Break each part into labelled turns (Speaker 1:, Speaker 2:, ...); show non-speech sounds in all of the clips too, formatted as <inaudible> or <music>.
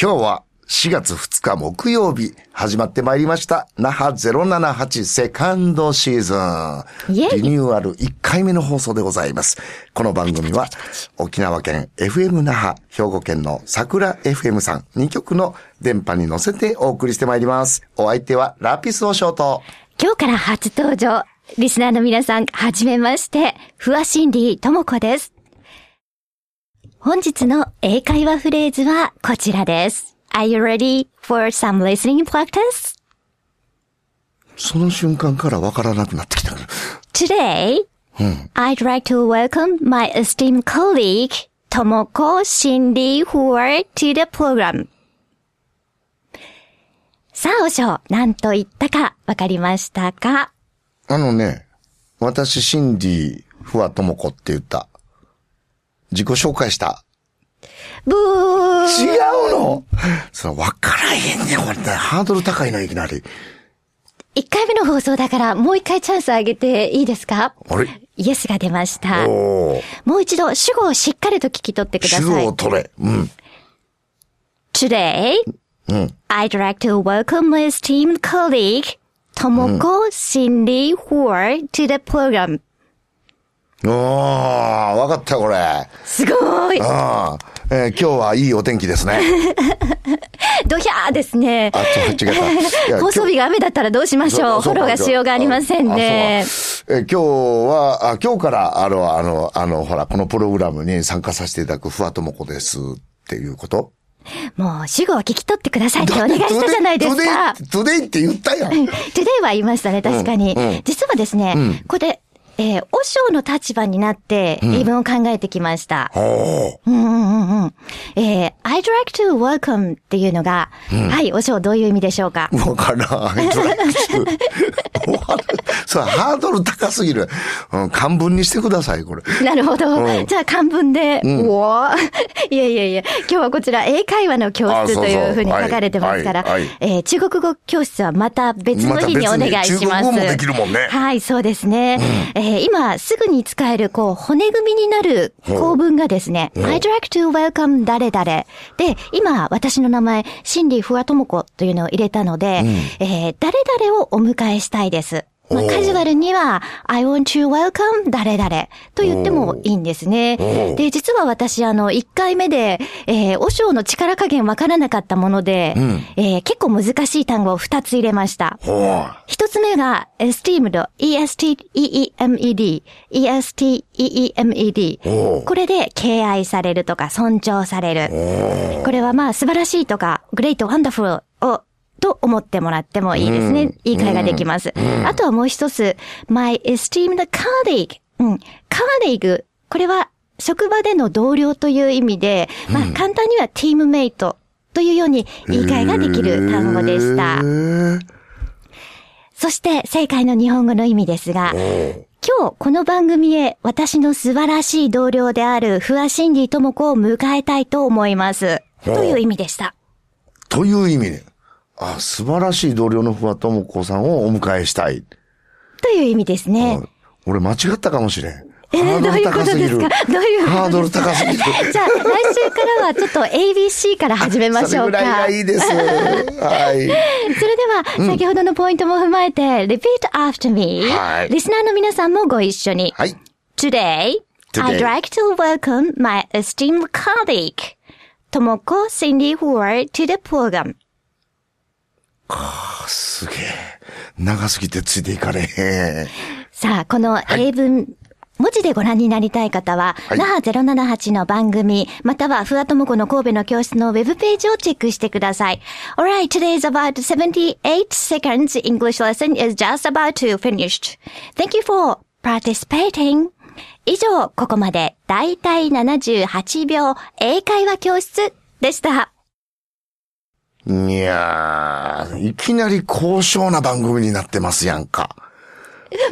Speaker 1: 今日は4月2日木曜日、始まってまいりました。那覇078セカンドシーズン。リニューアル1回目の放送でございます。この番組は、沖縄県 FM 那覇、兵庫県の桜 FM さん2曲の電波に乗せてお送りしてまいります。お相手はラピスをショート。
Speaker 2: 今日から初登場、リスナーの皆さん、はじめまして、不破心理ともこです。本日の英会話フレーズはこちらです。Are you ready for some listening practice?
Speaker 1: その瞬間からわからなくなってきた。
Speaker 2: Today,、うん、I'd like to welcome my esteemed colleague, Tomoko Shinri Huar to the program. さあ、おしょう、何と言ったかわかりましたか
Speaker 1: あのね、私、シンディ、フワトモコって言った。自己紹介した。
Speaker 2: ブー
Speaker 1: 違うのそれ分からへんねこれ、ね。ハードル高いの、いきなり。
Speaker 2: 一回目の放送だから、もう一回チャンスあげていいですか
Speaker 1: あれ
Speaker 2: イエスが出ました。もう一度、主語をしっかりと聞き取ってください。
Speaker 1: 主語を取れ。うん。
Speaker 2: Today, うん、I'd like to welcome my esteemed colleague, Tomoko Shinri Hoare to the program.
Speaker 1: おー、わかったこれ。
Speaker 2: すごい。
Speaker 1: あえー、今日はいいお天気ですね。
Speaker 2: ドヒャーですね。。
Speaker 1: あ、ちょっと違った
Speaker 2: 放送日が雨だったらどうしましょう。フォローがしようがありませんね。
Speaker 1: え今日はあ、今日から、あの、あの、あの、ほら、このプログラムに参加させていただくふわともこですっていうこと
Speaker 2: もう、主語を聞き取ってくださいってお願いしたじゃないですか。
Speaker 1: トゥデイって言ったやん。
Speaker 2: トゥ <laughs> デイは言いましたね、確かに。うんうん、実はですね、うん、これ、えー、和尚の立場になって、英文を考えてきました。うん、うんうんうん。えー、I'd like to welcome っていうのが、うん、はい、和尚どういう意味でしょうか
Speaker 1: わからん。I'd like to. それハードル高すぎる。うん、漢文にしてください、これ。
Speaker 2: なるほど。うん、じゃあ漢文で、うん、おぉ。 <laughs> いやいやいや、今日はこちら英会話の教室というふうに書かれてますから、え中国語教室はまた別の日にお願いします。
Speaker 1: ま、中国語もできるもんね。
Speaker 2: はい、そうですね。うんえー、今すぐに使える、こう、骨組みになる構文がですね、I'd like to welcome 誰々。で、今、私の名前、心理ふわともこというのを入れたので、うん、えー、誰々をお迎えしたいです。まあ、カジュアルには、I want to welcome 誰々と言ってもいいんですね。で、実は私、あの、1回目で、えー、お尚の力加減わからなかったもので、うん、えー、結構難しい単語を2つ入れました。1つ目が、esteemed, e-s-t-e-e-m-e-d, e-s-t-e-e-m-e-d。これで、敬愛されるとか、尊重される。これはまあ、素晴らしいとか、great, wonderful をと思ってもらってもいいですね。うん、言い換えができます。うん、あとはもう一つ、my esteemed colleague。うん。colleague。これは職場での同僚という意味で、うん、まあ簡単にはチームメイトというように言い換えができる単語でした。えー、そして正解の日本語の意味ですが、今日この番組へ私の素晴らしい同僚である不破心理智子を迎えたいと思います。という意味でした。
Speaker 1: という意味で。あ、素晴らしい同僚の不破智子さんをお迎えしたい。
Speaker 2: という意味ですね。
Speaker 1: 俺間違ったかもしれん。
Speaker 2: えー、どういうことですかどういう
Speaker 1: ハードル高すぎる。
Speaker 2: じゃあ、来週からはちょっと ABC から始めましょうか。それぐ
Speaker 1: らいがいい
Speaker 2: <laughs>
Speaker 1: です。はい。
Speaker 2: それでは、先ほどのポイントも踏まえて、repeat after me。はい。リスナーの皆さんもご一緒に。
Speaker 1: はい。
Speaker 2: Today, I'd like to welcome my esteemed colleague, Tomoko Cindy Huar to the program.
Speaker 1: かあ、すげえ。長すぎてついていかれへん。
Speaker 2: さあ、この英文、はい、文字でご覧になりたい方は、はい、那覇078の番組、または、ふわともこの神戸の教室のウェブページをチェックしてください。Alright, today's about 78 seconds English lesson is just about to finished. Thank you for participating. 以上、ここまで、だいたい78秒、英会話教室でした。
Speaker 1: いやー、いきなり高尚な番組になってますやんか。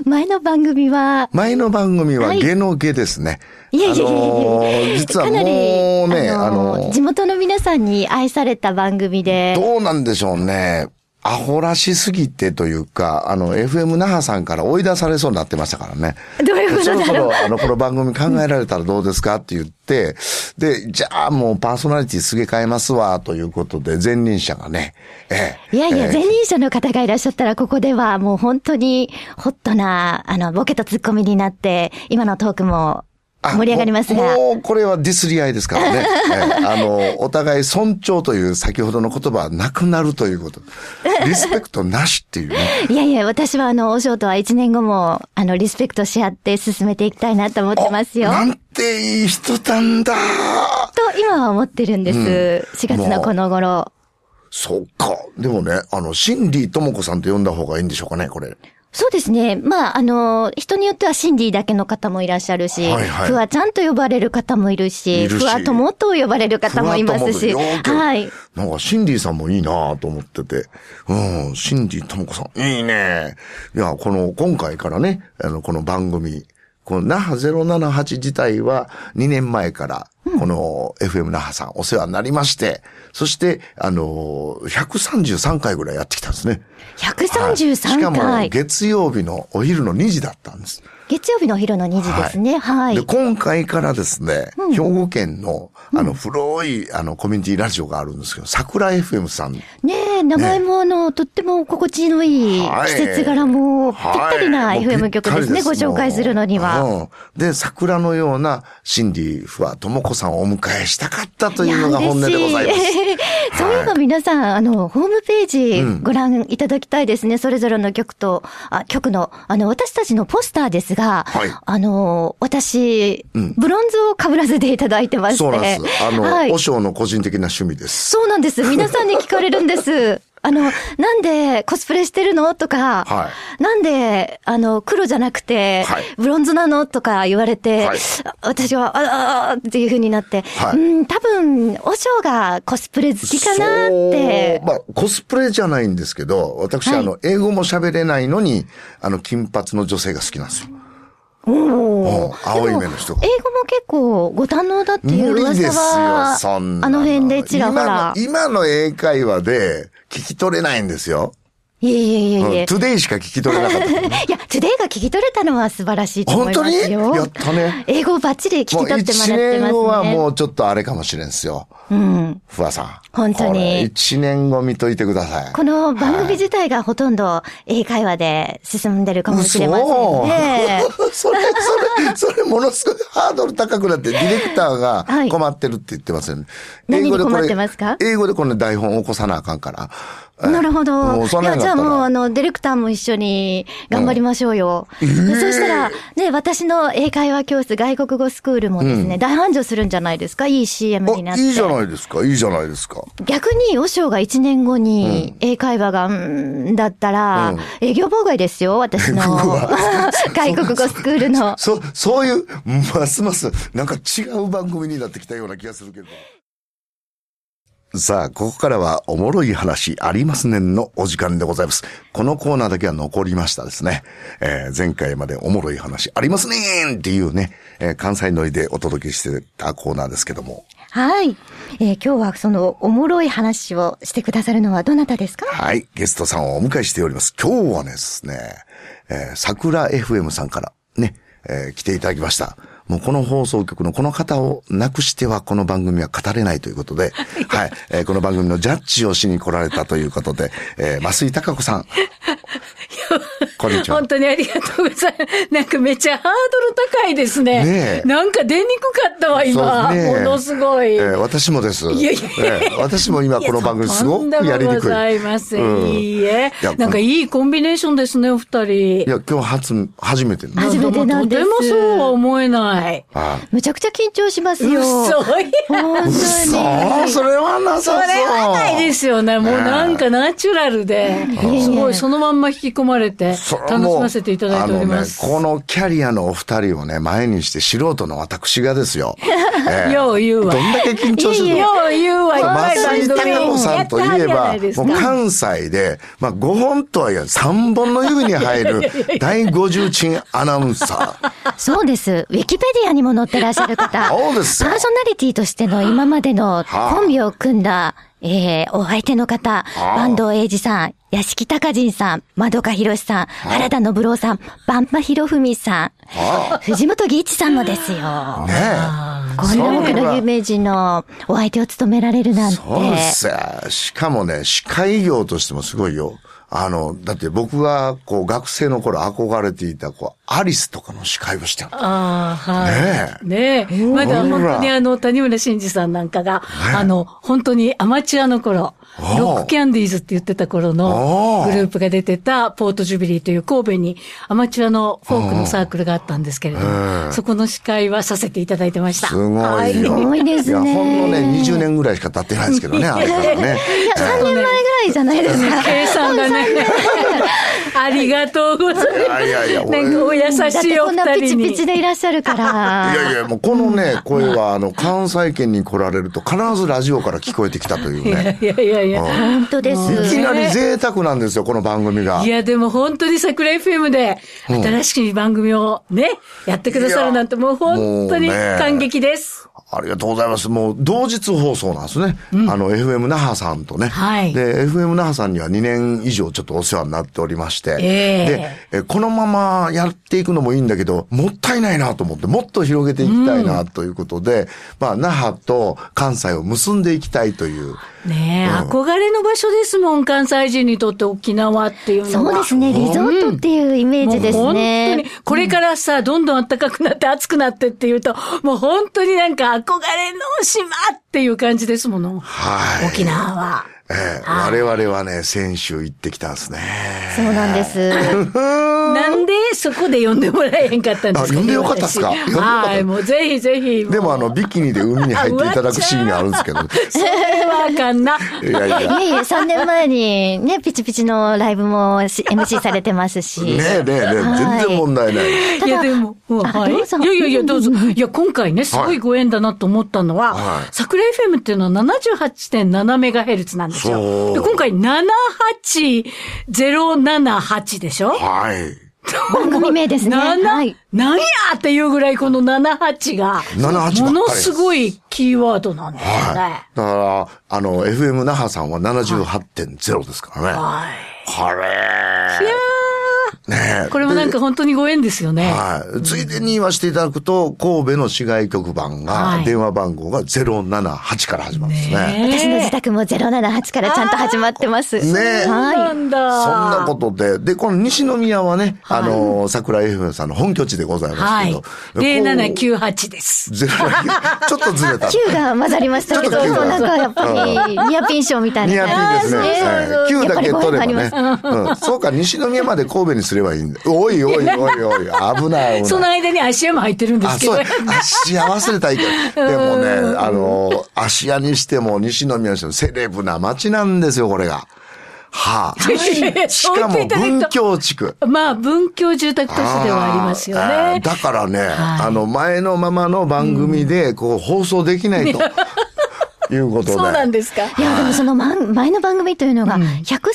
Speaker 2: 前の番組は
Speaker 1: 前の番組は芸能系ですね。
Speaker 2: い、やいやいやいや、
Speaker 1: あのー、実はもうね、あのーあの
Speaker 2: ー、地元の皆さんに愛された番組で。
Speaker 1: どうなんでしょうね。アホらしすぎてというか、あの、FM 那覇さんから追い出されそうになってましたからね。
Speaker 2: どういうことだろう
Speaker 1: そろそろ、あの、この番組考えられたらどうですかって言って、で、じゃあもうパーソナリティすげ替えますわ、ということで、前任者がね、ええ。
Speaker 2: いやい
Speaker 1: え
Speaker 2: や、
Speaker 1: え
Speaker 2: 前任者の方がいらっしゃったら、ここではもう本当にホットな、あの、ボケとツッコミになって、今のトークも
Speaker 1: あ
Speaker 2: 盛り上がりますが。
Speaker 1: もう、もうこれはディスり合いですからね。
Speaker 2: <laughs>
Speaker 1: ええあの、お互い尊重という先ほどの言葉はなくなるということ。リスペクトなしっていう
Speaker 2: <laughs>
Speaker 1: ね。
Speaker 2: いやいや、私はあの、お仕事は1年後も、あの、リスペクトし合って進めていきたいなと思ってますよ。
Speaker 1: なんていい人なんだ
Speaker 2: と、今は思ってるんです。4月のこの頃。
Speaker 1: そっか。でもね、あの、シンリーともこさんと呼んだ方がいいんでしょうかね、これ。
Speaker 2: そうですね。まあ、あの、人によってはシンディだけの方もいらっしゃるし、
Speaker 1: はいはい
Speaker 2: ふわちゃんと呼ばれる方もいるし、
Speaker 1: いるし
Speaker 2: ふわともと呼ばれる方もいますし、
Speaker 1: ふわっと思う
Speaker 2: はい。
Speaker 1: なんか、シンディさんもいいなぁと思ってて。うん、シンディともこさん、いいねいや、この、今回からね、あの、この番組、この、那覇078自体は、2年前から、この、FM 那覇さん、お世話になりまして、そして、あのー、133回ぐらいやってきたんですね。はいしか
Speaker 2: 133
Speaker 1: も、
Speaker 2: 回。
Speaker 1: 月曜日のお昼の2時だったんです。
Speaker 2: 月曜日のお昼の2時ですね。はい。
Speaker 1: で、今回からですね、兵庫県の、あの、古い、あの、コミュニティラジオがあるんですけど、桜 FM さん。
Speaker 2: ねえ、名前もあの、とっても心地のいい
Speaker 1: はい
Speaker 2: 季節柄もぴったりな
Speaker 1: はいもう
Speaker 2: FM 曲ですね、ご
Speaker 1: ぴったり
Speaker 2: 紹介するのには。
Speaker 1: もううんで、桜のような、シンディ・フワ・トモコさんをお迎えしたかったと
Speaker 2: い
Speaker 1: いう
Speaker 2: や
Speaker 1: のが
Speaker 2: 嬉
Speaker 1: 本音
Speaker 2: し
Speaker 1: でございます。
Speaker 2: い。 <laughs> そういえば皆さん、あの、ホームページご覧いただきたいですね。それぞれの曲と、あ、曲の、あの、私たちのポスターですが、
Speaker 1: はい
Speaker 2: あの、私、ブロンズを被らせていただいてまして。
Speaker 1: そうなんです。あの、
Speaker 2: はい
Speaker 1: 和尚の個人的な趣味です。
Speaker 2: そうなんです。皆さんに聞かれるん
Speaker 1: <laughs>
Speaker 2: です。あの、なんでコスプレしてるのとか、
Speaker 1: は
Speaker 2: なんで、あの、黒じゃなくて、
Speaker 1: はい
Speaker 2: ブロンズなのとか言われて、
Speaker 1: はい
Speaker 2: あ私は、あああっていう風になって、
Speaker 1: はい
Speaker 2: うん、多分、和尚がコスプレ好きかなって
Speaker 1: そう。まあ、コスプレじゃないんですけど、私、
Speaker 2: はい
Speaker 1: あの、英語も喋れないのに、あの、金髪の女性が好きなんですよ。
Speaker 2: お
Speaker 1: うん青い目の人が
Speaker 2: でも英語も結構ご堪能だっていう
Speaker 1: 無理
Speaker 2: 噂
Speaker 1: ですよ、そ
Speaker 2: は、
Speaker 1: んな
Speaker 2: あの辺でちらほら。い
Speaker 1: 今の、今の英会話で聞き取れないんですよ。
Speaker 2: えいえいえ
Speaker 1: うん、
Speaker 2: いえ。
Speaker 1: トゥデイしか聞き取れな
Speaker 2: <laughs>
Speaker 1: かった。
Speaker 2: いや、トゥデイが聞き取れたのは素晴らしいと思
Speaker 1: 本
Speaker 2: い
Speaker 1: 当
Speaker 2: ま
Speaker 1: に
Speaker 2: すよ。
Speaker 1: やったね。
Speaker 2: 英語ばっちり聞き
Speaker 1: もう
Speaker 2: 取ってもら
Speaker 1: 1
Speaker 2: ってますね。
Speaker 1: 年後はもうちょっとあれかもしれんすよ。
Speaker 2: うん。
Speaker 1: ふわさん。
Speaker 2: 本当に
Speaker 1: 1年後見といてください。
Speaker 2: この番組自体がほとんど英会話で進んでるかもしれませんね。
Speaker 1: 嘘 <laughs> それ、それ、そ <laughs> れ、ものすごいハードル高くなって、ディレクターが
Speaker 2: はい
Speaker 1: 困ってるって言ってますよね。
Speaker 2: 何に
Speaker 1: 英語でこれ
Speaker 2: 困ってますか
Speaker 1: 英語でこの台本起こさなあかんから。え
Speaker 2: なる
Speaker 1: も
Speaker 2: ほ
Speaker 1: う
Speaker 2: ど。
Speaker 1: そん
Speaker 2: い
Speaker 1: な
Speaker 2: や、
Speaker 1: ん
Speaker 2: じ
Speaker 1: だ
Speaker 2: ゃ
Speaker 1: っ
Speaker 2: あ
Speaker 1: たら
Speaker 2: もう、あの、ディレクターも一緒に頑張りましょうよ。そしたら、ね、私の英会話教室、外国語スクールもですね、大繁盛するんじゃないですかいい CM になっ
Speaker 1: あ
Speaker 2: て。
Speaker 1: いいじゃないですか、いいじゃないですか。
Speaker 2: 逆に、和尚が1年後に英会話が、うーん、だったら、営業妨害ですよ、私 <laughs> の。外国語スクールの。
Speaker 1: そ、そういう、ますます、なんか違う番組になってきたような気がするけれども。さあ、ここからは、おもろい話ありますねんのお時間でございます。このコーナーだけは残りましたですね。えー前回までおもろい話ありますねんっていうね、えー関西乗りでお届けしてたコーナーですけども。
Speaker 2: はい。えー今日はそのおもろい話をしてくださるのはどなたですか
Speaker 1: はい、ゲストさんをお迎えしております。今日はですね、えー桜 FM さんからね、えー来ていただきました。もうこの放送局のこの方をなくしてはこの番組は語れないということで、はい、えーこの番組のジャッジをしに来られたということで、えー、増井貴子さん。こんにちは
Speaker 3: 本。当にありがとうございます。なんかめっちゃハードル高いですね。
Speaker 1: ねえ
Speaker 3: なんか出にくかったわ、今。
Speaker 1: そうですね
Speaker 3: ものすごい。
Speaker 1: えー私もです。
Speaker 3: いやいや
Speaker 1: えー私も今この番組すごくやりに
Speaker 3: とんでもご
Speaker 1: く
Speaker 3: ざ
Speaker 1: い。
Speaker 3: いません。
Speaker 1: うん
Speaker 3: いいえ
Speaker 1: いや。
Speaker 3: なんかいいコンビネーションですね、お二人。
Speaker 1: いや、今日初、初めての。
Speaker 2: 初めてなんです
Speaker 3: とてもそうは思えない。
Speaker 1: あ
Speaker 2: むちゃくちゃ緊張しますよ。
Speaker 3: 嘘
Speaker 2: 本
Speaker 3: いや
Speaker 2: 当に。
Speaker 1: そうそれはなさ
Speaker 3: そ
Speaker 1: そう。
Speaker 3: れはないですよね。もうなんかナチュラルで、
Speaker 2: え
Speaker 3: すごいそのまんま引き込まれて、
Speaker 1: それ
Speaker 3: 楽
Speaker 1: は
Speaker 3: し
Speaker 1: もう
Speaker 3: ませていただいております。
Speaker 1: あのね、このキャリアのお二人をね、前にして素人の私がですよ。ええ
Speaker 3: よう言う
Speaker 1: どん
Speaker 3: わ。よ
Speaker 1: だけ緊張してるの
Speaker 3: う言うわ、いっぱ
Speaker 1: 松
Speaker 3: い
Speaker 1: 井
Speaker 3: 番組
Speaker 1: 孝子さんといえ
Speaker 3: や
Speaker 1: ば、
Speaker 3: ったんじゃないです
Speaker 1: も
Speaker 3: か
Speaker 1: う関西で、まあ5本とはいえ3本の指に入る第50鎮アナウンサー。
Speaker 2: そうです。ウィキペディアにも載ってらっしゃる
Speaker 1: <laughs>
Speaker 2: 方。
Speaker 1: そうですよ
Speaker 2: パーソナリティとしての今までの
Speaker 1: はあ
Speaker 2: コンビを組んだ、ええー、お相手の方、坂東英二さん、屋敷隆人さん、窓かひろしさん、原田信郎さん、バンパひろふみさん、藤本義一さんもですよ。
Speaker 1: ね
Speaker 2: こんな多くの有名人のお相手を務められるなん
Speaker 1: え。
Speaker 2: て。
Speaker 1: そうですよしかもね、司会業としてもすごいよ。あの、だって僕が、こう、学生の頃憧れていた、こう、アリスとかの司会をしてる。
Speaker 3: ああ、はい。ねえ。まだ
Speaker 1: ほ
Speaker 3: 本
Speaker 1: ら
Speaker 3: 当にあの、谷村新司さんなんかが、あの、本当にアマチュアの頃、
Speaker 1: あ
Speaker 3: ロックキャンディーズって言ってた頃
Speaker 1: あ
Speaker 3: の
Speaker 1: あ
Speaker 3: グループが出てたポートジュビリーという神戸にアマチュアのフォークのサークルがあったんですけれども、そこの司会はさせていただいてました。
Speaker 1: すご
Speaker 3: はい
Speaker 2: す
Speaker 1: よ。
Speaker 2: ごいですね
Speaker 1: いや、ほんのね、20年ぐらいしか経ってないですけど
Speaker 2: <laughs>
Speaker 1: ね、あれからね。
Speaker 2: いや、3年前ぐらいじゃないですか。
Speaker 3: 計算がね、
Speaker 1: <laughs>
Speaker 3: ありがとうござい
Speaker 1: い <laughs> やいやいや、
Speaker 3: ます。
Speaker 1: 俺
Speaker 3: なんかお <laughs> 優し
Speaker 2: だって
Speaker 3: いお
Speaker 2: こんな
Speaker 3: 二
Speaker 2: ピチ
Speaker 3: 人
Speaker 2: ピ
Speaker 3: に
Speaker 2: チ。でいらっしゃるから。
Speaker 1: いやいや、もうこのね、声は、あの、関西圏に来られると、必ずラジオから聞こえてきたという
Speaker 2: <laughs>
Speaker 3: いや
Speaker 1: ね。
Speaker 3: いやいやいや。
Speaker 2: 本当です。
Speaker 1: いきなり贅沢なんですよ、この番組が。
Speaker 3: いや、でも本当に桜 FM で、新しい番組をね、やってくださるなんて、もう本当に
Speaker 1: もうね
Speaker 3: 感激です。
Speaker 1: ありがとうございます。もう同日放送なんですね。あの、FM 那覇さんとね。
Speaker 3: はい
Speaker 1: で、FM 那覇さんには2年以上ちょっとお世話になっておりまして。
Speaker 3: え
Speaker 1: でえ、このままやっていくのもいいんだけど、もったいないなと思って、もっと広げていきたいなということで、まあ、那覇と関西を結んでいきたいという。
Speaker 3: ねえ、憧れの場所ですもん、関西人にとって沖縄っていうの
Speaker 2: そ
Speaker 3: は。
Speaker 2: うですね。リゾートっていうイメージで
Speaker 3: も
Speaker 2: す
Speaker 3: う本当
Speaker 2: ね
Speaker 3: に。、これからさ、どんどん暖かくなって暑くなってっていうと、もう本当になんか憧れの島っていう感じですもの。
Speaker 1: はい。
Speaker 3: 沖縄は。
Speaker 1: ええ我々はね、先週行ってきたんですね。
Speaker 2: そうなんです。
Speaker 1: <laughs>
Speaker 3: なんでそこで呼んでもらえへんかったんですか
Speaker 1: あ呼んでよかったっすか
Speaker 3: 私
Speaker 1: 呼んでよかった
Speaker 3: はい、もうぜひぜひ。
Speaker 1: でもあの、ビキニで海に入っていただくシーンがあるんですけど。
Speaker 3: <laughs> それはあか
Speaker 1: <laughs>
Speaker 3: んな。
Speaker 1: いやいや
Speaker 2: い。やいや、3年前にね、ピチピチのライブもし MC されてますし。
Speaker 1: ねえねえねえ、
Speaker 2: はい
Speaker 1: 全然問題ない。
Speaker 3: <laughs> いやでも、うん
Speaker 2: あ
Speaker 3: はい
Speaker 2: どうぞ
Speaker 3: いやいやいや、どうぞ。いや、今回ね、すごいご縁だなと思ったのは、
Speaker 1: はい
Speaker 3: 桜 FM っていうのは78.7メガヘルツなんです
Speaker 1: そう
Speaker 3: よ。で、今回78078でしょ
Speaker 1: はい。
Speaker 2: 番組名ですね。
Speaker 3: 7、
Speaker 2: はい。
Speaker 3: なんやっていうぐらいこの78が、
Speaker 1: 78ばっかりです
Speaker 3: ものすごいキーワードなんですよね。
Speaker 1: はい。だから、あの、FM 那覇さんは78.0ですからね。
Speaker 3: はい
Speaker 1: これねえ
Speaker 3: これもなんか本当にご縁ですよね。
Speaker 1: はい。ついでに言わせていただくと、神戸の市外局番
Speaker 3: は
Speaker 1: が、
Speaker 3: い
Speaker 1: 電話番号が078から始まるんですね。
Speaker 3: ね
Speaker 2: 私の自宅も078からちゃんと始まってます。
Speaker 1: ねえ
Speaker 3: な
Speaker 2: は
Speaker 3: んだ。
Speaker 1: そんなことで、で、この西宮はね、あの、桜 FM さんの本拠地でございます
Speaker 3: は
Speaker 1: け
Speaker 3: い
Speaker 1: ど。。
Speaker 3: 0798です。
Speaker 1: 0798ちょっとずれた
Speaker 2: い。。9が混ざりましたけ
Speaker 1: ちょ
Speaker 2: ど、
Speaker 1: っと九が
Speaker 2: なんかやっぱりニアピン賞みたい
Speaker 1: ニ
Speaker 2: な
Speaker 1: ア
Speaker 2: 感
Speaker 1: ピ
Speaker 2: じ
Speaker 1: ンですね。はい
Speaker 2: や
Speaker 1: 9
Speaker 2: っ
Speaker 1: だ
Speaker 2: ぱり
Speaker 1: け
Speaker 2: ご縁
Speaker 1: 取
Speaker 2: があ
Speaker 1: れ
Speaker 2: り
Speaker 1: ば
Speaker 2: ます
Speaker 1: ね。うんそうか、西宮まで神戸にすればいいんだ。おいおいおいおい、危ない危
Speaker 3: その
Speaker 1: ない。
Speaker 3: 間に足屋も入ってるんで
Speaker 1: あ、
Speaker 3: すけ
Speaker 1: そ
Speaker 3: ど
Speaker 1: う。、芦屋忘れたいけど。でもね、あの、芦屋にしても西宮にしてもセレブな街なんですよ、これが。はあ。し
Speaker 3: そう
Speaker 1: かも <laughs>
Speaker 3: 言っていただ
Speaker 1: 文
Speaker 3: くと。
Speaker 1: 京地区。
Speaker 3: <laughs> まあ、文教住宅都市ではありますよ
Speaker 1: あー
Speaker 3: ね。
Speaker 1: だからね、あの、前のままの番組で、こう、放送できないと。いうことで。
Speaker 3: そうなんですか。 <laughs>
Speaker 2: いや、でもそのまん前の番組というのが、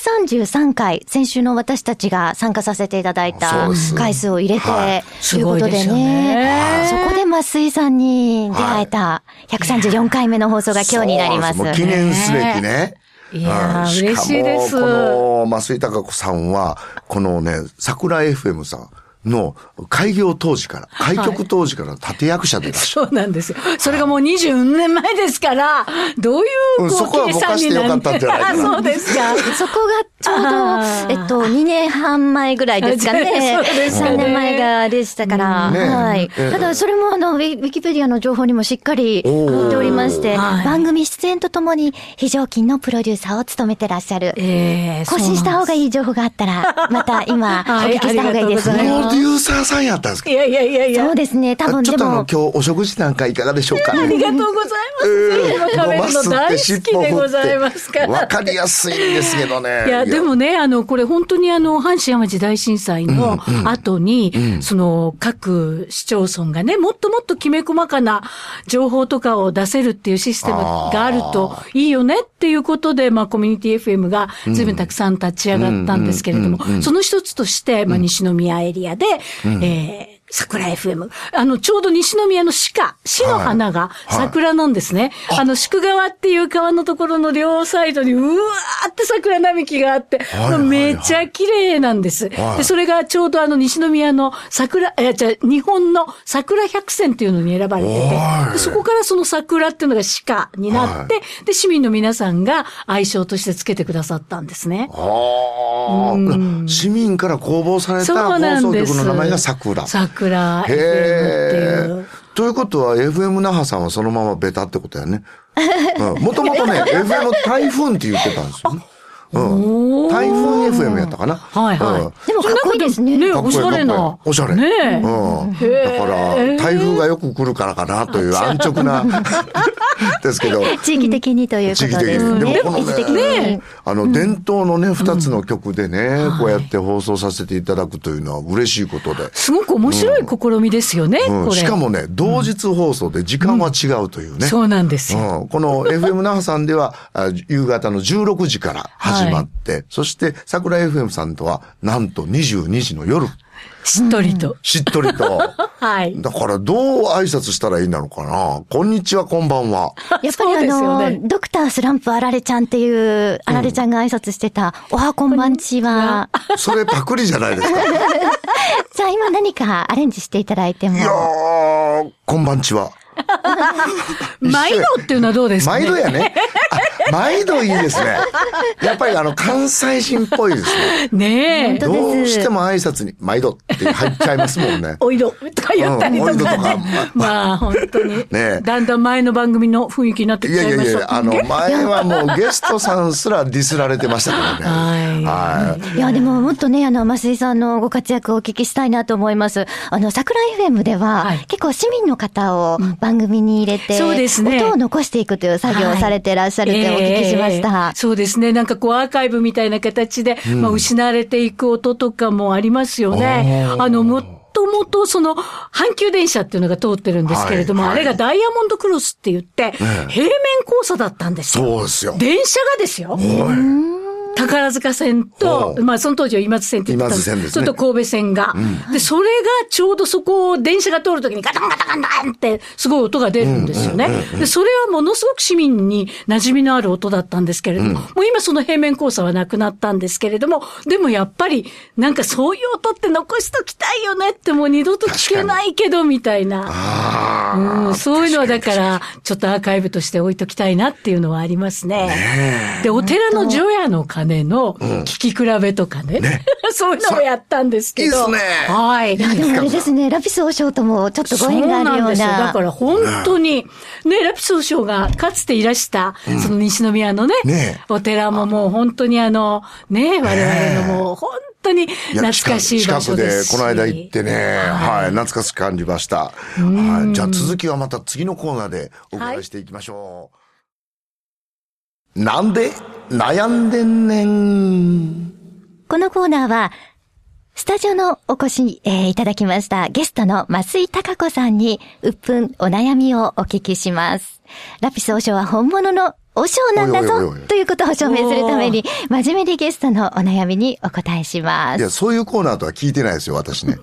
Speaker 2: 133回、先週の私たちが参加させていただい
Speaker 1: そう
Speaker 2: た
Speaker 1: です
Speaker 2: 回数を入れ
Speaker 1: はい
Speaker 2: て、ということでね。そこで増井さんに出会えた、134回目の放送が今日になります。
Speaker 1: そうなんですもう記念すべきね。
Speaker 3: いやー
Speaker 1: うん
Speaker 3: 嬉しいです
Speaker 1: しかもこの、増井隆子さんは、このね、桜 FM さんの開業当時から、開局当時から立役者でいらっし
Speaker 3: そうなんですよ。それがもう24年前ですから、どういう
Speaker 1: うんそこは
Speaker 3: こう計算にな
Speaker 1: ぼかしてよかったんじゃないかな
Speaker 3: <laughs> そうですか。
Speaker 2: そこが
Speaker 3: あ
Speaker 2: ちょうど、えっと、2年半前ぐらいですかね。
Speaker 3: そうですね
Speaker 2: 3年前がでしたから。
Speaker 1: ね
Speaker 2: はい。
Speaker 1: ええ
Speaker 2: ただ、それもあの、ウィウィキペディアの情報にもしっかり
Speaker 1: おー
Speaker 2: 載っておりまして、
Speaker 3: はい
Speaker 2: 番組出演とともに非常勤のプロデューサーを務めてらっしゃる。
Speaker 3: えー
Speaker 2: 更新した方がいい情報があったら、また今、お
Speaker 3: はい
Speaker 2: 聞きした方がいいです
Speaker 1: ゃ
Speaker 3: あ
Speaker 1: る。プ
Speaker 3: り
Speaker 2: ね
Speaker 3: が。
Speaker 1: ロデューサーさんやったんですか
Speaker 3: いやいやいやいや。
Speaker 2: そうですね。多分
Speaker 1: ちょ
Speaker 2: で
Speaker 1: っとあの、
Speaker 2: も
Speaker 1: 今、日お食事なんかいかがでしょうか
Speaker 3: ありがとうございます。食べるの大好きでございますから。
Speaker 1: わかりやすいんですけどね。
Speaker 3: いや、でもね、あの、これ本当にあの、阪神淡路大震災の後に、その、各市町村がね、もっともっときめ細かな情報とかを出せるっていうシステムがあるといいよねっていうことで、まあ、コミュニティ FM が随分たくさん立ち上がったんですけれども、その一つとして、まあ、西宮エリアで、えー桜 FM。あの、ちょうど西宮の鹿、市の花が桜なんですね。あの、宿川っていう川のところの両サイドに、うわーって桜並木があって、
Speaker 1: いはいはい
Speaker 3: めちゃ綺麗なんです、
Speaker 1: はい
Speaker 3: で。それがちょうどあの、西宮の桜、え、じゃあ日本の桜百選っていうのに選ばれて
Speaker 1: はい
Speaker 3: て、でそこからその桜っていうのが鹿になって、で、市民の皆さんが愛称としてつけてくださったんですね。
Speaker 1: ああ、市民から公募され
Speaker 3: そ
Speaker 1: た
Speaker 3: う
Speaker 1: 放
Speaker 3: なん
Speaker 1: 送
Speaker 3: です。
Speaker 1: 局の名前が桜。
Speaker 3: 桜 FM ってい
Speaker 1: へ
Speaker 3: う。
Speaker 1: え。ということは、FM 那覇さんはそのままベタってことやね。もともとね、FM 台風って言ってたんですよね。うん。台風 FM やったかな。
Speaker 3: はいはい。
Speaker 1: うん
Speaker 2: でもかっこいいですね
Speaker 3: ね
Speaker 1: かっこ
Speaker 3: お
Speaker 1: いい
Speaker 3: しゃれな。
Speaker 1: おしゃれ。
Speaker 3: ねえ。
Speaker 1: うん。だから、台風がよく来るからかなという安直な、 <laughs> ですけど。
Speaker 2: 地域的にということ
Speaker 1: 地
Speaker 2: で
Speaker 1: 域
Speaker 2: す
Speaker 1: 的
Speaker 2: ね。
Speaker 1: に。でもこの
Speaker 2: 位置的に。
Speaker 1: ね、あの、伝統のね、二つの曲でね、こうやって放送させていただくというのは嬉しいことで。
Speaker 3: すごく面白い試みですよね、
Speaker 1: うん
Speaker 3: これ。
Speaker 1: しかもね、同日放送で時間は違うというね。
Speaker 3: そうなんですよ。
Speaker 1: うんこの FM 那覇さんでは、あ夕方の16時から始まって、そして桜 FM さんとは、なんと22時の夜、
Speaker 3: しっとりと。
Speaker 1: しっとり
Speaker 3: <laughs>
Speaker 1: と。
Speaker 3: はい。
Speaker 1: だからどう挨拶したらいいんだろうかな。こんにちは、こんばんは。
Speaker 2: やっぱりあ
Speaker 3: そう
Speaker 2: の、
Speaker 3: ですよね
Speaker 2: ドクタースランプあられちゃんっていう、あられちゃんが挨拶してた、おはこんばんちは。
Speaker 1: それパクリじゃないです
Speaker 3: <laughs>
Speaker 1: か。い
Speaker 2: じゃあ今何かアレンジしていただいても。
Speaker 1: やー、こんばんちは。
Speaker 3: 毎度っていうのはどうですかね
Speaker 1: 毎度やね。あ毎度いいですね。やっぱりあの、関西人っぽいですね。
Speaker 3: ね
Speaker 2: 本
Speaker 3: え。
Speaker 2: 当です
Speaker 1: どうしても挨拶に、毎度って入っちゃいますもんね。
Speaker 3: <laughs> おいどとか言ったりと
Speaker 1: うんおいどと
Speaker 3: か
Speaker 1: か
Speaker 3: ね。まあ本当
Speaker 1: <laughs>
Speaker 3: に。
Speaker 1: ねえ
Speaker 3: だんだん前の番組の雰囲気になって
Speaker 1: い
Speaker 3: きち
Speaker 1: や
Speaker 3: ゃ
Speaker 1: い
Speaker 3: い
Speaker 1: や
Speaker 3: ま
Speaker 1: い
Speaker 3: した。
Speaker 1: や、あの、前はもうゲストさんすらディスられてま
Speaker 3: <laughs>
Speaker 1: したからね。
Speaker 3: はい
Speaker 1: はい。
Speaker 2: いや、でももっとね、あの、増井さんのご活躍をお聞きしたいなと思います。あの、桜 FM では、
Speaker 3: はい
Speaker 2: 結構市民の方を番組に入れて、
Speaker 3: そうですね
Speaker 2: 音を残していくという作業をされてらっしゃるってお聞きしました。
Speaker 3: ええええそうですね。なんかこうアーカイブみたいな形で、まあ失われていく音とかもありますよね。あの、もともとその、阪急電車っていうのが通ってるんですけれども、
Speaker 1: はい
Speaker 3: あれがダイヤモンドクロスって言って、平面交差だったんですよ。
Speaker 1: そうですよ。
Speaker 3: 電車がですよ。
Speaker 1: はい
Speaker 3: 宝塚線と
Speaker 1: お、う
Speaker 3: まあその当時は今津線って言ってたんです
Speaker 1: 今津線ですね
Speaker 3: それと神戸線が、で、それがちょうどそこを電車が通るときにガタンガタンガタンってすごい音が出るんですよね。で、それはものすごく市民に馴染みのある音だったんですけれども、もう今その平面交差はなくなったんですけれども、でもやっぱりなんかそういう音って残しときたいよねってもう二度と聞けないけどみたいな。
Speaker 1: あー
Speaker 3: うん、そういうのはだから、ちょっとアーカイブとして置いときたいなっていうのはありますね。で、お寺の除夜の鐘の聞き比べとかね。 <laughs> そういうのもやったんですけど。
Speaker 1: さいいっすね
Speaker 3: はい。
Speaker 2: でもあれですね、ラピス王将ともちょっとご
Speaker 3: そう
Speaker 2: 縁があるよ
Speaker 3: なん
Speaker 2: う
Speaker 3: ですよ。だ
Speaker 2: な。
Speaker 3: から本当に、ね、ラピス王将がかつていらした、その西宮のね
Speaker 1: ね
Speaker 3: お寺ももう本当にあの、ね、我々のもう本当に
Speaker 1: いや
Speaker 3: 懐かしい
Speaker 1: 近
Speaker 3: 場
Speaker 1: く近
Speaker 3: 所
Speaker 1: く
Speaker 3: で
Speaker 1: です
Speaker 3: し。
Speaker 1: この間行ってね、はい、懐かしく感じました。はい、じゃあ続きはまた次のコーナーでお伺いしていきましょう。なんで悩んでんねん。
Speaker 2: このコーナーは、スタジオのお越し、えーいただきましたゲストの増井貴子さんに、うっぷんお悩みをお聞きします。ラピス王将は本物の王将なんだぞ
Speaker 1: おいおいおいおい
Speaker 2: ということを証明するために、真面目にゲストのお悩みにお答えしま
Speaker 1: い
Speaker 2: す。
Speaker 1: や、そういうコーナーとは聞いてないですよ、私ね。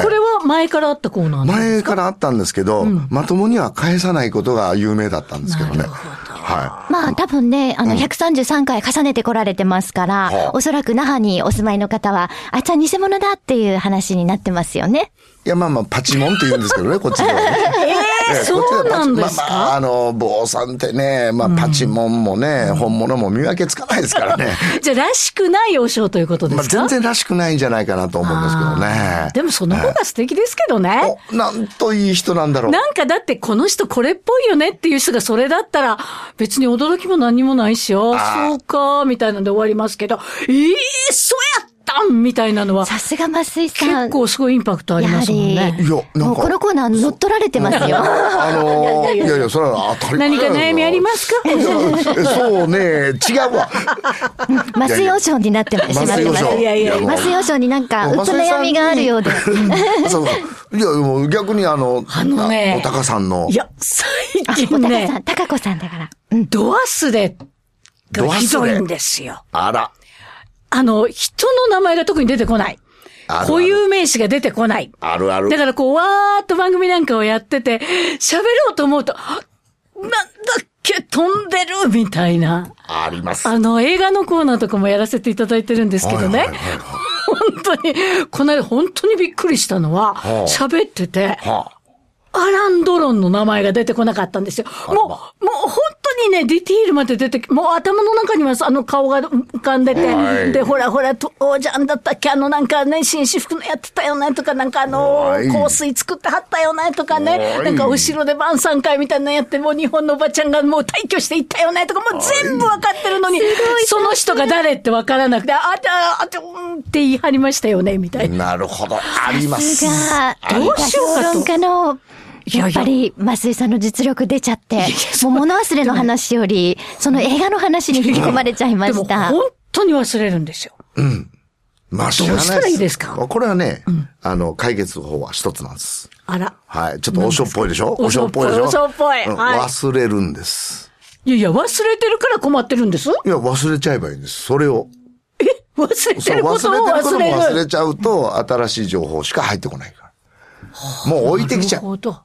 Speaker 3: これは前からあったコーナーなんです
Speaker 1: 前からあったんですけど、まともには返さないことが有名だったんですけどね。は
Speaker 2: まあ多分ね、あの、133回重ねてこられてますから、
Speaker 1: はあ
Speaker 2: おそらく那覇にお住まいの方は、あいつは偽物だっていう話になってますよね。
Speaker 1: い。いや、まあまあ、パチモンって言うんですけどね、こっちではね。ええこっちでは
Speaker 3: そうなんですか
Speaker 1: パチまあまあ、あの、坊さんってね、まあ、パチモンもね、本物も見分けつかないですからね。
Speaker 3: じゃあ、らしくない王将ということで
Speaker 1: まあ、
Speaker 3: すか、
Speaker 1: 全然らしくないんじゃないかなと思うんですけど
Speaker 3: あ
Speaker 1: ね
Speaker 3: ー。でもその方が素敵ですけどね。
Speaker 1: お、なんといい人なんだろう。
Speaker 3: なんかだってこの人これっぽいよねっていう人がそれだったら別に驚きも何にもないし、あ
Speaker 1: あ
Speaker 3: ーそうか、みたいなんで終わりますけど、ええそうやったんみたいなのは
Speaker 2: さすが増井さん。
Speaker 3: 結構すごいインパクトあり
Speaker 2: や
Speaker 3: ま
Speaker 2: は
Speaker 3: すもん
Speaker 2: り、
Speaker 3: ね。
Speaker 1: いやなんか
Speaker 2: もうこのコーナー乗っ取られてます
Speaker 1: <laughs>
Speaker 2: よ。
Speaker 1: あのー、いやいや、それは当たり前
Speaker 3: 何か
Speaker 1: だよ
Speaker 3: 悩みありますか
Speaker 1: いやえそうね、違うわ。
Speaker 2: 麻酔オーションになってしまってます。
Speaker 1: 麻酔オーション
Speaker 2: いやいや
Speaker 1: いや
Speaker 2: 麻酔オーションになんか、うっと悩みがあるようで。
Speaker 1: <laughs> そうそう。いや、でも逆にあの、
Speaker 3: あのね
Speaker 1: おたかさんの
Speaker 3: <laughs> い、や、最
Speaker 2: あ、お
Speaker 3: 近
Speaker 2: たかさん、
Speaker 3: ね、
Speaker 2: たかこさんだから。うん。
Speaker 3: ドアスレ
Speaker 1: ドア
Speaker 3: が
Speaker 1: スレ
Speaker 3: ひどいんですよ。
Speaker 1: あら、
Speaker 3: あの、人の名前が特に出てこない。
Speaker 1: あるある
Speaker 3: 固有名詞が出てこない。
Speaker 1: あるある
Speaker 3: だ。からこう、わーっと番組なんかをやってて、喋ろうと思うと、あなんだっけ、飛んでるみたいな。
Speaker 1: あります。
Speaker 3: あの、映画のコーナーとかもやらせていただいてるんですけどね。
Speaker 1: はいはいはいは
Speaker 3: 本当に、この間本当にびっくりしたの
Speaker 1: は
Speaker 3: は、
Speaker 1: あ
Speaker 3: 喋、ってて、
Speaker 1: いは
Speaker 3: アラン・ドロンの名前が出てこなかったんですよ。もう、もう本当にね、ディティールまで出てき、もう頭の中にはさあの顔が浮かんでて、
Speaker 1: はい
Speaker 3: で、ほらほら、とおじゃんだったっけあのなんかね、紳士服のやってたよねとか、なんかあの
Speaker 1: はい、
Speaker 3: 香水作ってはったよねとかね
Speaker 1: は、い
Speaker 3: なんか後ろで晩餐会みたいなのやって、もう日本のおばちゃんがもう退去していったよねとか、もう全部わかってるのに、その人が誰ってわからなくて、あ、あ、あ、あ、うんって言い張りましたよね、みたい
Speaker 1: い。
Speaker 3: な。
Speaker 1: なるほど。あります。
Speaker 2: が、
Speaker 3: どうしようかと
Speaker 2: 評論家の、
Speaker 3: いや
Speaker 2: や
Speaker 3: いや
Speaker 2: っぱり、増井さんの実力出ちゃって、
Speaker 3: そ
Speaker 2: も
Speaker 3: ん
Speaker 2: う
Speaker 3: な
Speaker 2: 物忘れの話より、その映画の話に引き込まれちゃいま
Speaker 3: でも、
Speaker 2: した。
Speaker 3: 本当に忘れるんですよ。
Speaker 1: まあ、知
Speaker 3: どうしたらいいですか
Speaker 1: これはね、あの、解決方法は一つなんです。
Speaker 3: あら。
Speaker 1: はい。ちょっと、おしょっぽいでしょ
Speaker 3: 何
Speaker 1: お
Speaker 3: です
Speaker 1: し
Speaker 3: か
Speaker 1: ょっぽいでしょ
Speaker 3: お尚っぽい
Speaker 1: うん
Speaker 3: はい
Speaker 1: 忘れるんです。
Speaker 3: いやいや、忘れてるから困ってるんです。
Speaker 1: いや、忘れちゃえばいいんです。それを。
Speaker 3: 忘れて
Speaker 1: そう、
Speaker 3: るこ
Speaker 1: 忘
Speaker 3: とを
Speaker 1: れてること
Speaker 3: 忘
Speaker 1: も
Speaker 3: れる。
Speaker 1: 忘れちゃうと、新しい情報しか入ってこないから。もう置いてきち
Speaker 3: な
Speaker 1: ゃ
Speaker 3: る
Speaker 1: う。
Speaker 3: ほど。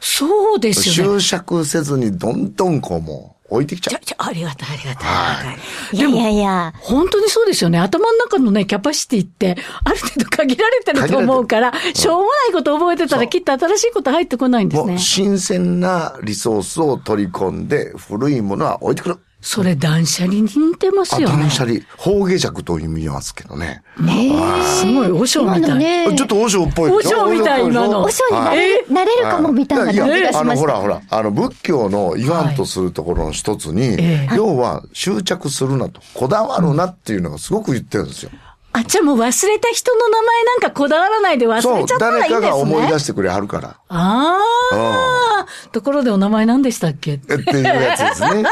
Speaker 3: そうですよね。
Speaker 1: 執着せずに、どんどんこう、もう、置いてきち
Speaker 3: ち
Speaker 1: ゃ
Speaker 3: ょちょありがたい、ありがたい。ありが
Speaker 2: い
Speaker 3: たい
Speaker 2: や
Speaker 3: で
Speaker 2: いやい
Speaker 3: も、
Speaker 2: や。
Speaker 3: 本当にそうですよね。頭の中のね、キャパシティって、ある程度限られてると思うから、しょうもないこと覚えてたら、きっと新しいこと入ってこないんで
Speaker 1: う。
Speaker 3: す
Speaker 1: も
Speaker 3: ね
Speaker 1: う、。新鮮なリソースを取り込んで、古いものは置いてくる。
Speaker 3: それ断捨離に似てますよね
Speaker 1: 断。捨離、方下尺という意味ますけどね。
Speaker 3: すごい、和尚
Speaker 2: 今
Speaker 3: みた
Speaker 2: の
Speaker 3: い。
Speaker 2: ね、
Speaker 1: ちょっと和尚っぽい
Speaker 3: 和尚みたい今の
Speaker 2: お尚にな
Speaker 1: はい
Speaker 2: れるなれるかもみたいな感じがしま
Speaker 1: あの、
Speaker 2: し
Speaker 1: ほら
Speaker 2: た。
Speaker 1: ほら、あの、仏教の言わんとするところの一つに、
Speaker 3: え
Speaker 1: 要は執着するなと、こだわるなっていうのがすごく言ってるんですよ。
Speaker 3: あ、じゃあもう忘れた人の名前なんかこだわらないで忘
Speaker 1: そ
Speaker 3: れ
Speaker 1: う
Speaker 3: ちゃ、ったらい
Speaker 1: 誰
Speaker 3: いん
Speaker 1: か
Speaker 3: で
Speaker 1: が
Speaker 3: す
Speaker 1: 思い
Speaker 3: ね
Speaker 1: 出。してくれはるから。
Speaker 3: ああ。ところでお名前何でしたっけ
Speaker 1: っていうやつですね。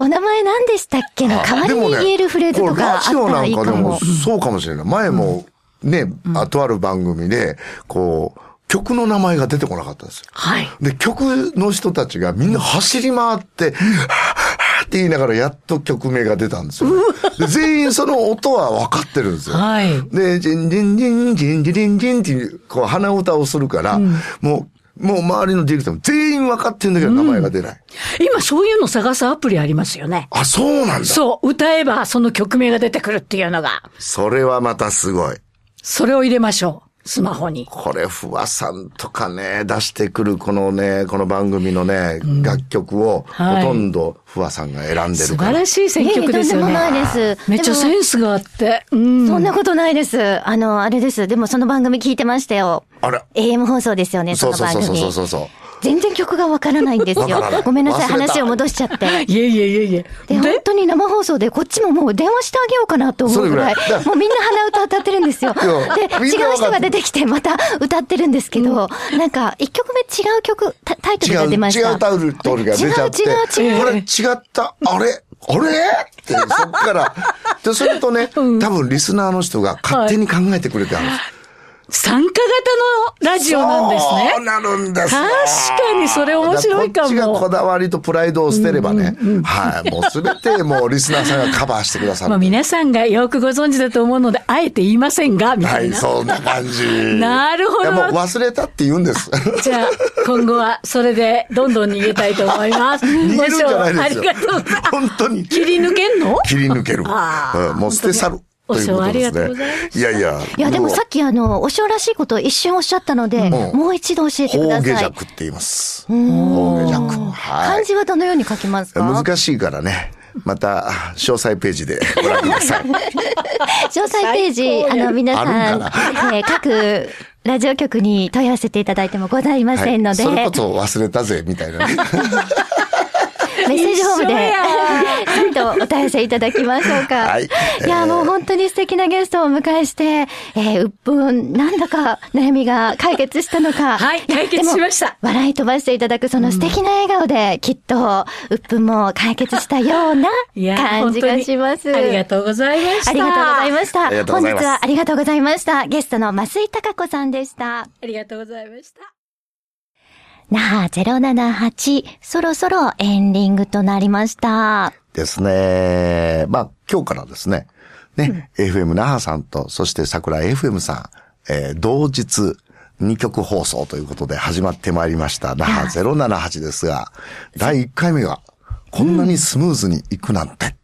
Speaker 2: お名前何でしたっけの代わりに言えるフレーズとかあった
Speaker 1: これ
Speaker 2: らいいか
Speaker 1: ラジオなん
Speaker 2: も
Speaker 1: かで。もそうかもしれない。前も、ね、あとある番組で、こう、曲の名前が出てこなかったんですよ。
Speaker 3: はい。
Speaker 1: で、曲の人たちがみんな走り回って、はぁはぁって言いながらやっと曲名が出たんですよね、で全員その音は分かってるんですよ。
Speaker 3: はい
Speaker 1: で、ジンジンジンジンジンジンジンっていう、こう鼻歌をするから、もう、もう周りのディレクターも全員分かってるんだけど名前が出ない。
Speaker 3: 今そういうの探すアプリありますよね。
Speaker 1: あ、そうなんだ。そ
Speaker 3: そう、歌えばその曲名が出てくるっていうのが、
Speaker 1: れはまたすごい。
Speaker 3: それを入れましょう。スマホに。
Speaker 1: これ、ふわさんとかね、出してくるこのね、この番組のね、楽曲を、
Speaker 3: は
Speaker 1: ほ
Speaker 3: い
Speaker 1: とんどふわさんが選んで
Speaker 3: 素
Speaker 1: るか
Speaker 3: 晴
Speaker 1: ら。
Speaker 3: らしい選曲ですよ
Speaker 2: い
Speaker 3: ね。
Speaker 2: やいやとんでもないです
Speaker 3: めっちゃセンスがあって。うん。
Speaker 2: そんなことないです。あの、あれです。でもその番組聞いてましたよ。
Speaker 1: あら
Speaker 2: AM 放送ですよね、そ
Speaker 1: そう
Speaker 2: の
Speaker 1: そう
Speaker 2: 番
Speaker 1: そう
Speaker 2: 組。
Speaker 1: そうそうそう。
Speaker 2: 全然曲がわからないんですよ
Speaker 1: わからない。
Speaker 2: ごめんなさ
Speaker 1: 忘
Speaker 2: い、
Speaker 1: れた
Speaker 2: 話を戻しちゃって。
Speaker 3: いえいえいえいえ。
Speaker 2: で、本
Speaker 3: で、
Speaker 2: 当に生放送で、こっちももう電話してあげようかなと思うぐらい
Speaker 1: それぐらいだ、
Speaker 2: もうみんな鼻歌歌ってるんですよ。で、
Speaker 1: やみんな
Speaker 2: 違
Speaker 1: わ
Speaker 2: う
Speaker 1: か
Speaker 2: 人
Speaker 1: っ
Speaker 2: が出てきて、また歌ってるんですけど、なんか、一曲目違う曲、タタイトルが出まし
Speaker 1: 違う、違うタ
Speaker 2: た。
Speaker 1: オル、タオルが出ちゃって。
Speaker 2: 違う違う違う
Speaker 1: これ違った、あれあれって、そっから。で、それと
Speaker 3: <laughs>
Speaker 1: ね、多分リスナーの人が勝手に考えてくれてあるんです。
Speaker 3: 参加型のラジオなんですね。
Speaker 1: そうなるんですよ
Speaker 3: 確かにそれ面白いかも
Speaker 1: だらこっちがこだわりとプライドを捨てればね。はい。もうすべて、もうリスナーさんがカバーしてくださ
Speaker 3: まあ
Speaker 1: る。
Speaker 3: 皆さんがよくご存知だと思うので、あえて言いませんが、み
Speaker 1: は
Speaker 3: たい
Speaker 1: い、
Speaker 3: な。
Speaker 1: そんな感じ。
Speaker 3: <laughs> なるほど
Speaker 1: いやもう忘れたって言うん
Speaker 3: <laughs>
Speaker 1: です。
Speaker 3: じゃあ、今後はそれでどんどん逃げたいと思いま
Speaker 1: <laughs>
Speaker 3: す。
Speaker 1: 逃げるんじゃないですよ
Speaker 3: ご視聴ありがとうございます。
Speaker 1: 本当に。
Speaker 3: 切り抜けんの
Speaker 1: 切り抜ける。
Speaker 3: あ
Speaker 1: う
Speaker 3: ー
Speaker 1: んもう捨て去る。という
Speaker 3: 本当に
Speaker 1: ことです
Speaker 3: お世話ありがとうござい
Speaker 1: ね
Speaker 3: ま。
Speaker 1: いやいや。
Speaker 2: いや、でもさっきあの、お正らしいことを一瞬おっしゃったので、
Speaker 1: うん
Speaker 2: もう一度教えてく
Speaker 1: 方
Speaker 2: だ
Speaker 1: 下
Speaker 2: さい。
Speaker 1: 弱って言います。方下弱。は
Speaker 2: 漢
Speaker 1: い。
Speaker 2: 字はどのように書きますか
Speaker 1: 難しいからね。また、詳細ページでご覧くだ
Speaker 3: <laughs>
Speaker 1: さい。
Speaker 2: 詳細ページ、
Speaker 3: 最
Speaker 2: あ
Speaker 3: 高や
Speaker 2: の、皆さん、
Speaker 1: ある
Speaker 2: えー各ラジオ局に問い合わせていただいてもございま
Speaker 1: は
Speaker 2: せんの
Speaker 1: い、
Speaker 2: で、
Speaker 1: それこそ忘れたぜ、みたいな
Speaker 3: <laughs>
Speaker 1: ね。
Speaker 2: メッセージホーム
Speaker 3: 一緒
Speaker 2: で
Speaker 3: や、
Speaker 2: 再度お問い合わせいただきましょうか。
Speaker 1: はい
Speaker 2: いや、もう本当に素敵なゲストをお迎えして、えー、うっぷん、なんだか悩みが解決したのか。
Speaker 3: はい
Speaker 2: や
Speaker 3: 解決しまし。
Speaker 2: で
Speaker 3: た
Speaker 2: も笑い飛ばしていただくその素敵な笑顔で、きっと、うっぷんも解決したようない
Speaker 3: や
Speaker 2: 感じがします。
Speaker 3: 本当にありがとうございました。
Speaker 2: ありがとうございました。
Speaker 1: ありがとうご
Speaker 2: 本
Speaker 1: ざ
Speaker 2: 日
Speaker 1: います
Speaker 2: はありがとうございました。ゲストの増井貴子さんでした。
Speaker 3: ありがとうございました。
Speaker 2: 那覇078、そろそろエンディングとなりました。 <laughs>
Speaker 1: ですね。まあ、今日からですね、ね、FM 那覇さんと、そして桜 FM さん、えー同日、二曲放送ということで始まってまいりました。那覇078ですが、第1回目が、こんなにスムーズにいくなんて。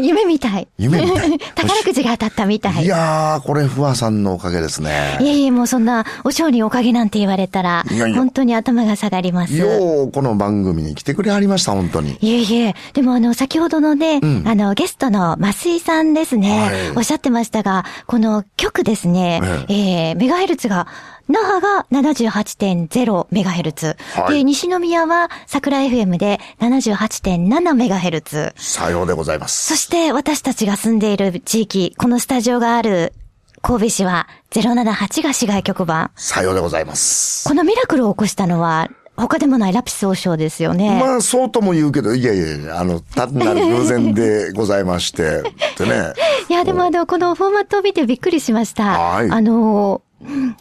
Speaker 2: 夢みたい。
Speaker 1: 夢みたい
Speaker 2: <laughs> 宝くじが当たったみたい。
Speaker 1: い
Speaker 2: いや
Speaker 1: やー、これ、ふわさんのおかげですね。
Speaker 2: いや、もうそんな、お勝利おかげなんて言われたら、
Speaker 1: いやいや
Speaker 2: 本当に頭が下がります。
Speaker 1: よう、この番組に来てくれはりました、本当に。
Speaker 2: いえいえ、でもあの、先ほどのね、あの、ゲストの増井さんですね、
Speaker 1: はい
Speaker 2: おっしゃってましたが、この曲ですね、えーメガヘルツが、那覇が78.0メガヘルツ。
Speaker 1: はい
Speaker 2: で、西宮は桜 FM で78.7メガヘルツ。
Speaker 1: さようでございます。
Speaker 2: そして、私たちが住んでいる地域、このスタジオがある神戸市は078が市外局番。
Speaker 1: さようでございます。
Speaker 2: このミラクルを起こしたのは、他でもないラピス王将ですよね。
Speaker 1: まあ、そうとも言うけど、いやいやいや、あの、単なる偶然でございまして、ってね。
Speaker 2: いや、でもあの、このフォーマットを見てびっくりしました。
Speaker 1: はい
Speaker 2: あの、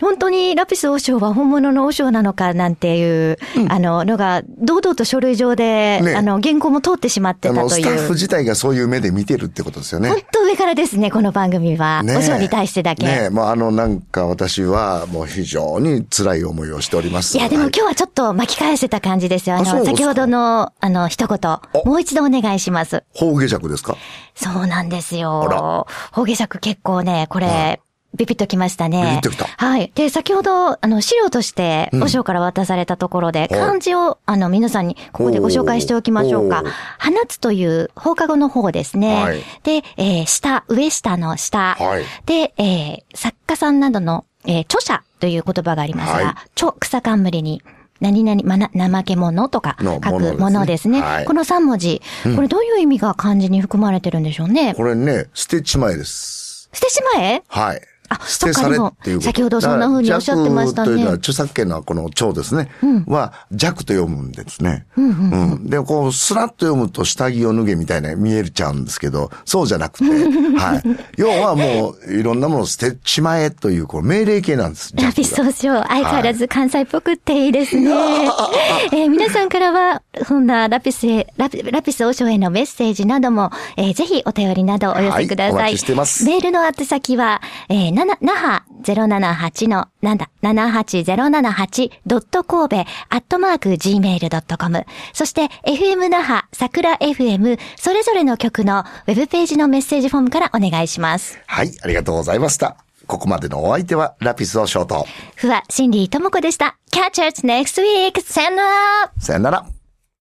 Speaker 2: 本当にラピス王将は本物の王将なのかなんていう、あの、のが、堂々と書類上で、
Speaker 1: ね
Speaker 2: あの、原稿も通ってしまって
Speaker 1: あ
Speaker 2: た
Speaker 1: の、
Speaker 2: と
Speaker 1: ス
Speaker 2: い
Speaker 1: タッフ
Speaker 2: う。
Speaker 1: 自体がそういう目で見てるってことですよね。
Speaker 2: 本当上からですね、この番組は。
Speaker 1: ねえ
Speaker 2: お嬢に対してだけ。
Speaker 1: ねえまあ、あの、なんか私は、もう非常に辛い思いをしております。
Speaker 2: いや、でも
Speaker 1: は
Speaker 2: 今日はちょっと巻き返せた感じですよ。あ
Speaker 1: あそう
Speaker 2: の、
Speaker 1: ですか
Speaker 2: 先ほどの、あの、一言、もう一度お願いします。
Speaker 1: 法下尺ですか
Speaker 2: そうなんです
Speaker 1: あ
Speaker 2: よ。方下尺結構ね、これ、ビビッときましたね。
Speaker 1: ビビッときた
Speaker 2: はい。で、先ほど、あの、資料として、和尚から渡されたところで、
Speaker 1: はい
Speaker 2: 漢字を、あの、皆さんに、ここでご紹介しておきましょうか
Speaker 1: おー。
Speaker 2: 放つという、放課後の方ですね。
Speaker 1: はい
Speaker 2: で、えー下、上下の下。
Speaker 1: はい
Speaker 2: で、えー作家さんなどの、えー著者という言葉がありますが、
Speaker 1: はい
Speaker 2: 著、草冠に、何々、まな、怠け者とか
Speaker 1: のも
Speaker 2: 書
Speaker 1: のです
Speaker 2: く
Speaker 1: ね
Speaker 2: ものですね。
Speaker 1: はい
Speaker 2: この3文字。これどういう意味が漢字に含まれてるんでしょうね。
Speaker 1: これね、捨てちまえです。
Speaker 2: 捨てしまえ
Speaker 1: はい。
Speaker 2: あ
Speaker 1: 捨てされっていうこと
Speaker 2: そっかでも先ほどそんな風におっしゃってまし
Speaker 1: だから弱
Speaker 2: たね
Speaker 1: というのは著作権のこの蝶ですね。は弱と読むんですね。うんで、こう、スラッと読むと下着を脱げみたいな見えちゃうんですけど、そうじゃな
Speaker 2: <laughs>
Speaker 1: くて、はい。要はもう、いろんなものを捨てちまえという、こう、命令形なんです。
Speaker 2: ラピス
Speaker 1: 弱が
Speaker 2: 総称、相変わらず関西っぽくっていいですね。えー皆さんからは、そんなラピスへ、ラピラピス王将へのメッセージなども、えーぜひお便りなどお寄せください。
Speaker 1: はいお待ちしてます
Speaker 2: メールの宛先は、えー、なな、那覇078の、なんだ、78078.kobe、アットマーク、gmail.com。そして、FM 那覇、桜 FM、それぞれの曲のウェブページのメッセージフォームからお願いします。
Speaker 1: はい、ありがとうございました。ここまでのお相手は、ラピスをショート。
Speaker 2: ふわ、シンディともこでした。Catch us next week! さよなら
Speaker 1: さよなら。